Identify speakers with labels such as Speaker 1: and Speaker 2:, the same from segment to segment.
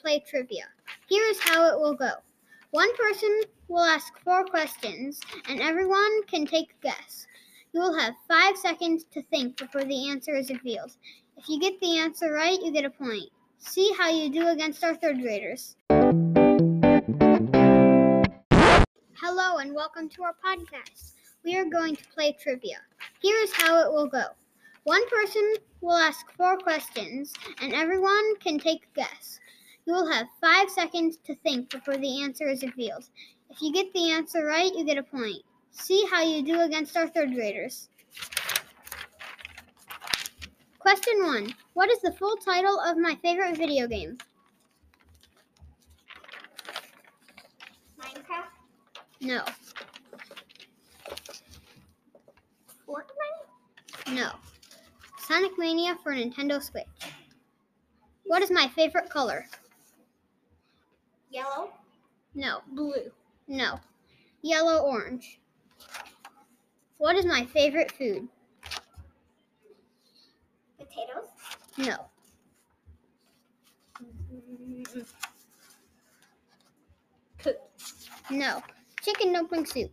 Speaker 1: play trivia. Here is how it will go one person will ask four questions, and everyone can take a guess. You will have five seconds to think before the answer is revealed. If you get the answer right, you get a point. See how you do against our third graders. Hello, and welcome to our podcast. We are going to play trivia. Here is how it will go one person will ask four questions, and everyone can take a guess. You will have five seconds to think before the answer is revealed. If you get the answer right, you get a point. See how you do against our third graders. Question 1 What is the full title of my favorite video game?
Speaker 2: Minecraft,
Speaker 1: No,
Speaker 2: Fortnite,
Speaker 1: no. Sonic Mania for Nintendo Switch. What is my favorite color?
Speaker 2: yellow,
Speaker 1: No. Blue. No. Yellow orange. What is my favorite food?
Speaker 2: potatoes,
Speaker 1: No.
Speaker 2: poop,
Speaker 1: No. Chicken dumpling soup.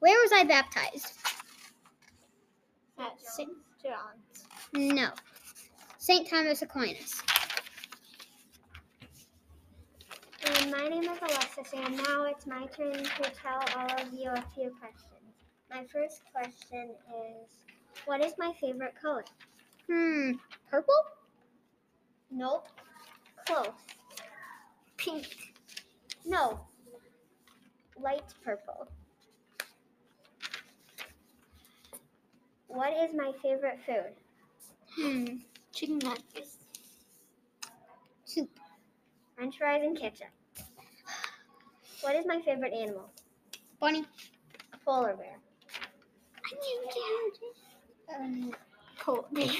Speaker 1: Where was I baptized?
Speaker 2: at St. John's,
Speaker 1: No. St. Thomas Aquinas.
Speaker 2: And Um, my name is Alexis, and now it's my turn to tell all of you a few questions. My first question is What is my favorite color?
Speaker 1: Hmm. Purple?
Speaker 2: Nope. Close. Pink. No. Light purple. What is my favorite food?
Speaker 1: Hmm.
Speaker 2: Chicken nuggets.
Speaker 1: Soup.
Speaker 2: French fries and ketchup. What is my favorite animal?
Speaker 1: Bunny?
Speaker 2: A polar bear.
Speaker 1: I can't get Um,
Speaker 2: Polar bear.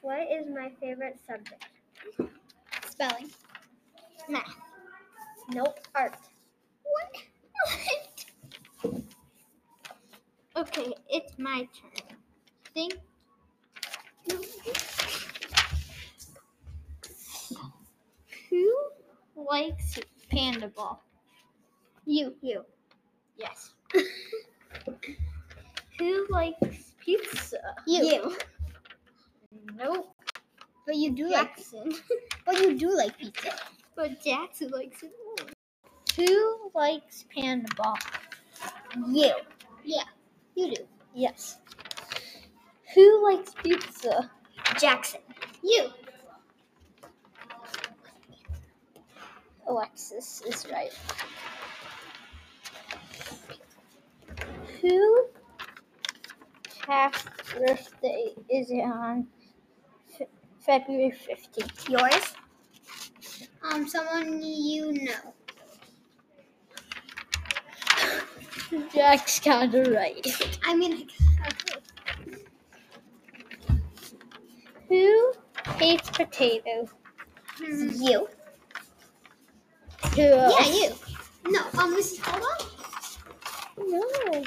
Speaker 2: What is my favorite subject?
Speaker 1: spelling. Math.
Speaker 2: Nope, art.
Speaker 1: What?
Speaker 2: Okay, it's my turn.
Speaker 1: Think?
Speaker 2: Who likes panda ball?
Speaker 1: You.
Speaker 2: You.
Speaker 1: Yes.
Speaker 2: Who likes pizza?
Speaker 1: You.
Speaker 2: Nope.
Speaker 1: But you do like.
Speaker 2: Jackson.
Speaker 1: But you do like pizza.
Speaker 2: but Jackson likes it more. Who likes panda ball? You.
Speaker 1: You do.
Speaker 2: Yes. Who likes pizza? Jackson.
Speaker 1: You.
Speaker 2: Alexis is right. Who half birthday is it on Fe- February 15th? Yours?
Speaker 1: Um, someone you know.
Speaker 2: Jack's kind of right.
Speaker 1: I mean,
Speaker 2: Who hates potatoes?
Speaker 1: hmm.
Speaker 2: You. Who
Speaker 1: yeah,
Speaker 2: else?
Speaker 1: you. No, um, Mrs. Colwell.
Speaker 2: No.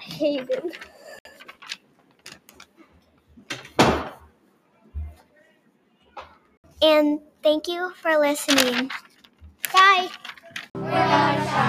Speaker 2: Hayden. And thank you for listening.
Speaker 1: Bye.
Speaker 2: We're not shy.